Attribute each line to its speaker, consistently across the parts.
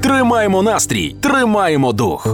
Speaker 1: тримаємо настрій, тримаємо дух.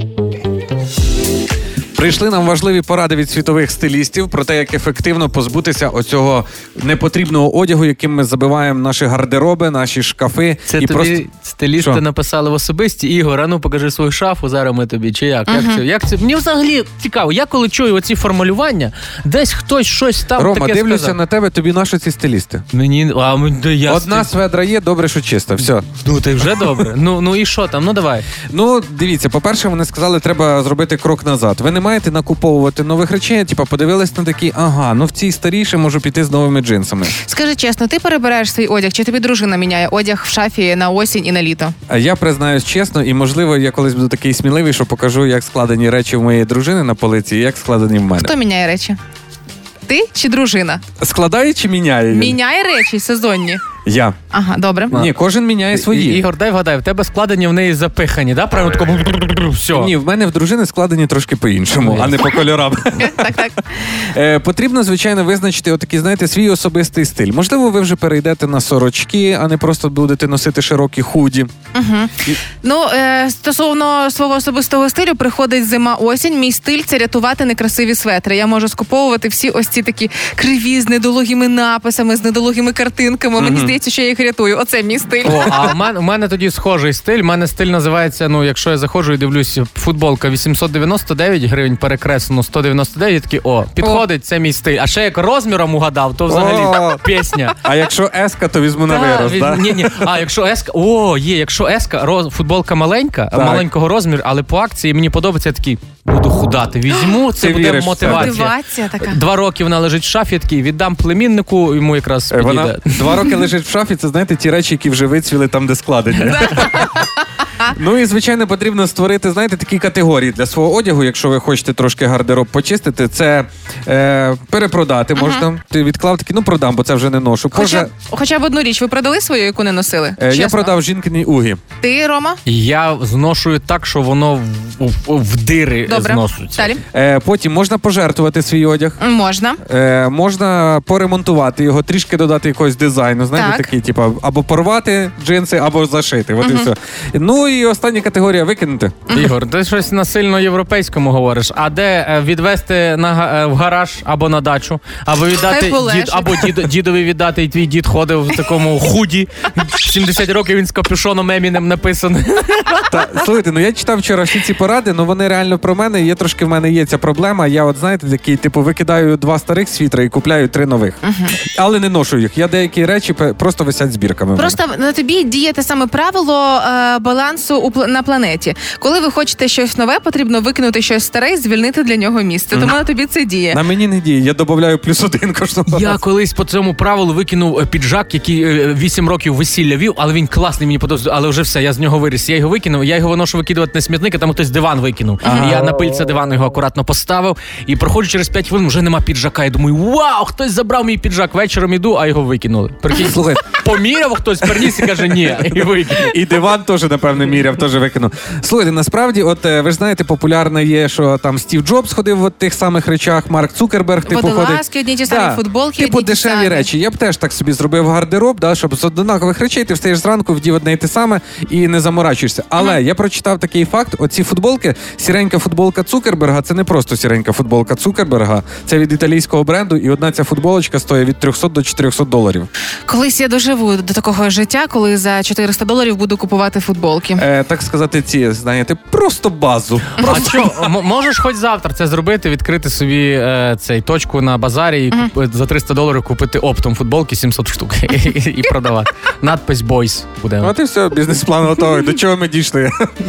Speaker 2: Прийшли нам важливі поради від світових стилістів про те, як ефективно позбутися оцього непотрібного одягу, яким ми забиваємо наші гардероби, наші шкафи.
Speaker 3: Це тобі стилісти
Speaker 2: Що?
Speaker 3: написали в особисті. Ігор, а ну покажи свою шафу, зараз ми тобі. Чи як? Як це? Як це? Мені взагалі цікаво. Я коли чую оці формулювання, десь хтось щось там
Speaker 2: Рома,
Speaker 3: таке
Speaker 2: дивлюся
Speaker 3: сказав.
Speaker 2: на тебе, тобі наші ці стилісти.
Speaker 3: Мені, а, ми- да я
Speaker 2: Одна
Speaker 3: стиль-
Speaker 2: сведра є, добре, що чиста. Все.
Speaker 3: Ну ти вже добре. Ну, ну і що там? Ну давай.
Speaker 2: Ну, дивіться, по-перше, вони сказали, треба зробити крок назад. Ви не маєте накуповувати нових речей, типа подивились на такі, ага, ну в цій старіші можу піти з новими джинсами.
Speaker 4: Скажи чесно, ти перебираєш свій одяг, чи тобі дружина міняє одяг в шафі на осінь і на літо?
Speaker 2: А Я признаюсь чесно, і можливо, я колись буду такий сміливий, що покажу, як складені речі в моєї дружини на полиці, і як складені в мене.
Speaker 4: Хто міняє речі? Ти чи дружина?
Speaker 2: Складає чи міняє? він?
Speaker 4: Міняє речі сезонні.
Speaker 2: Я.
Speaker 4: Ага, добре.
Speaker 2: Ні, кожен міняє
Speaker 3: І-
Speaker 2: свої.
Speaker 3: Ігор, дай вгадай, в тебе складені в неї запихані, да? Прямо тако все.
Speaker 2: Ні, в мене в дружини складені трошки по-іншому,
Speaker 3: Ну,
Speaker 2: а не по кольорам.
Speaker 4: Так, так.
Speaker 2: Е, потрібно, звичайно, визначити отакий, знаєте, свій особистий стиль. Можливо, ви вже перейдете на сорочки, а не просто будете носити широкі худі.
Speaker 4: Ну е, стосовно свого особистого стилю, приходить зима осінь. Мій стиль це рятувати некрасиві светри. Я можу скуповувати всі ось ці такі криві з недологими написами, з недологими картинками. Мені здається, що я їх рятую. Оце мій стиль.
Speaker 3: О, а в мене, в мене тоді схожий стиль. У мене стиль називається, ну, якщо я заходжу і дивлюсь, футболка 899 гривень перекреслено 199, я такий, о, підходить, це мій стиль. А ще як розміром угадав, то взагалі
Speaker 2: О.
Speaker 3: пісня.
Speaker 2: А якщо еска, то візьму на
Speaker 3: Та,
Speaker 2: вираз.
Speaker 3: від-
Speaker 2: Да?
Speaker 3: Ні, ні. А якщо еска, о, є, якщо еска, роз, футболка маленька,
Speaker 2: Так.
Speaker 3: маленького розміру, але по акції мені подобається я такий, буду худати. Візьму, це
Speaker 2: Ти
Speaker 3: буде
Speaker 2: віриш в це?
Speaker 3: мотивація.
Speaker 4: Мотивація така.
Speaker 3: Два роки вона лежить в шафі, я такий, віддам племіннику, йому якраз
Speaker 2: Е,
Speaker 3: підійде.
Speaker 2: Вона два роки лежить в шафі. Це знаєте ті речі, які вже вицвіли там, де складені. Ну і звичайно потрібно створити, знаєте, такі категорії для свого одягу. Якщо ви хочете трошки гардероб почистити, це е, перепродати можна. Ти відклав такий, ну продам, бо це вже не ношу.
Speaker 4: Хоча,
Speaker 2: Поза-
Speaker 4: хоча б одну річ, ви продали свою, яку не носили?
Speaker 2: Е, Я
Speaker 4: Чесно.
Speaker 2: продав жінкині угі.
Speaker 4: Ти, Рома?
Speaker 3: І Я зношую так, що воно в, в- в дири
Speaker 4: Добре.
Speaker 3: зносується.
Speaker 4: Далі.
Speaker 2: Е, Потім можна пожертвувати свій одяг.
Speaker 4: М, Можна.
Speaker 2: Е, можна поремонтувати його, трішки додати якогось дизайну, знаєте,
Speaker 4: Так.
Speaker 2: такі, типу, або порвати джинси, або зашити. От і все. Ну і остання категорія викинути.
Speaker 3: Ігор, ти щось на сильно європейському говориш. А де е, відвести на га- е, в гараж або на дачу, або віддати
Speaker 4: Хай полежить.
Speaker 3: дід, або дід, дідові віддати, і твій дід ходив в такому худі. 70 років він з капюшоном Емінем написаний.
Speaker 2: Та слухайте, ну я читав вчора всі ці поради, ну вони реально про мене. і Є трошки в мене є ця проблема. Я, от знаєте, такий, типу, викидаю два старих світра і купляю три нових, але не ношу їх. Я деякі речі пе- просто висять збірками. в мене.
Speaker 4: Просто на тобі діє те саме правило е, балансу у пл- на планеті. Коли ви хочете щось нове, потрібно викинути щось старе і звільнити для нього місце. Тому на тобі це діє.
Speaker 2: на мені не діє. Я додаю плюс один кожного.
Speaker 3: Я
Speaker 2: разу.
Speaker 3: колись по цьому правилу викинув е, піджак, який е, 8 років весілля вів, але він класний, мені подобається, але вже все, я з нього виріс. Я його викинув, я його виношу викидувати на смітник, а там хтось диван викинув. І Я на пильце дивану його акуратно поставив і проходжу через 5 хвилин, вже нема піджака. Я думаю, вау, хтось забрав мій піджак. Вечором іду, а його викинули. Прикинь,
Speaker 2: Слухай,
Speaker 3: поміряв хтось, приніс і каже, ні, і викинув.
Speaker 2: І диван теж, напевне, міряв, теж викинув. Слухайте, насправді, от е, ви ж знаєте, популярно є, що там Стів Джобс ходив в от тих самих речах, Марк Цукерберг, типу
Speaker 4: Водолазки,
Speaker 2: ходить.
Speaker 4: одні й ті самі
Speaker 2: Да.
Speaker 4: футболки,
Speaker 2: Типу
Speaker 4: одні й ті
Speaker 2: дешеві
Speaker 4: самі.
Speaker 2: речі. Я б теж так собі зробив гардероб, да, щоб з однакових речей ти встаєш зранку, вдів одне й те саме і не заморачуєшся. Але я прочитав такий факт: оці футболки, сіренька футболка Цукерберга, це не просто сіренька футболка Цукерберга, це від італійського бренду, і одна ця футболочка стоїть від 300 до 400 доларів.
Speaker 4: Колись я доживу до такого життя, коли за 400 доларів буду купувати футболки.
Speaker 2: Е, так сказати, ці знаєте, просто базу.
Speaker 3: А що, м- можеш хоч завтра це зробити, відкрити собі е, цей точку на базарі і куп- за 300 доларів купити оптом футболки 700 штук і, і продавати. Надпись Boys буде.
Speaker 2: От і все, бізнес-план готовий. До чого ми дійшли?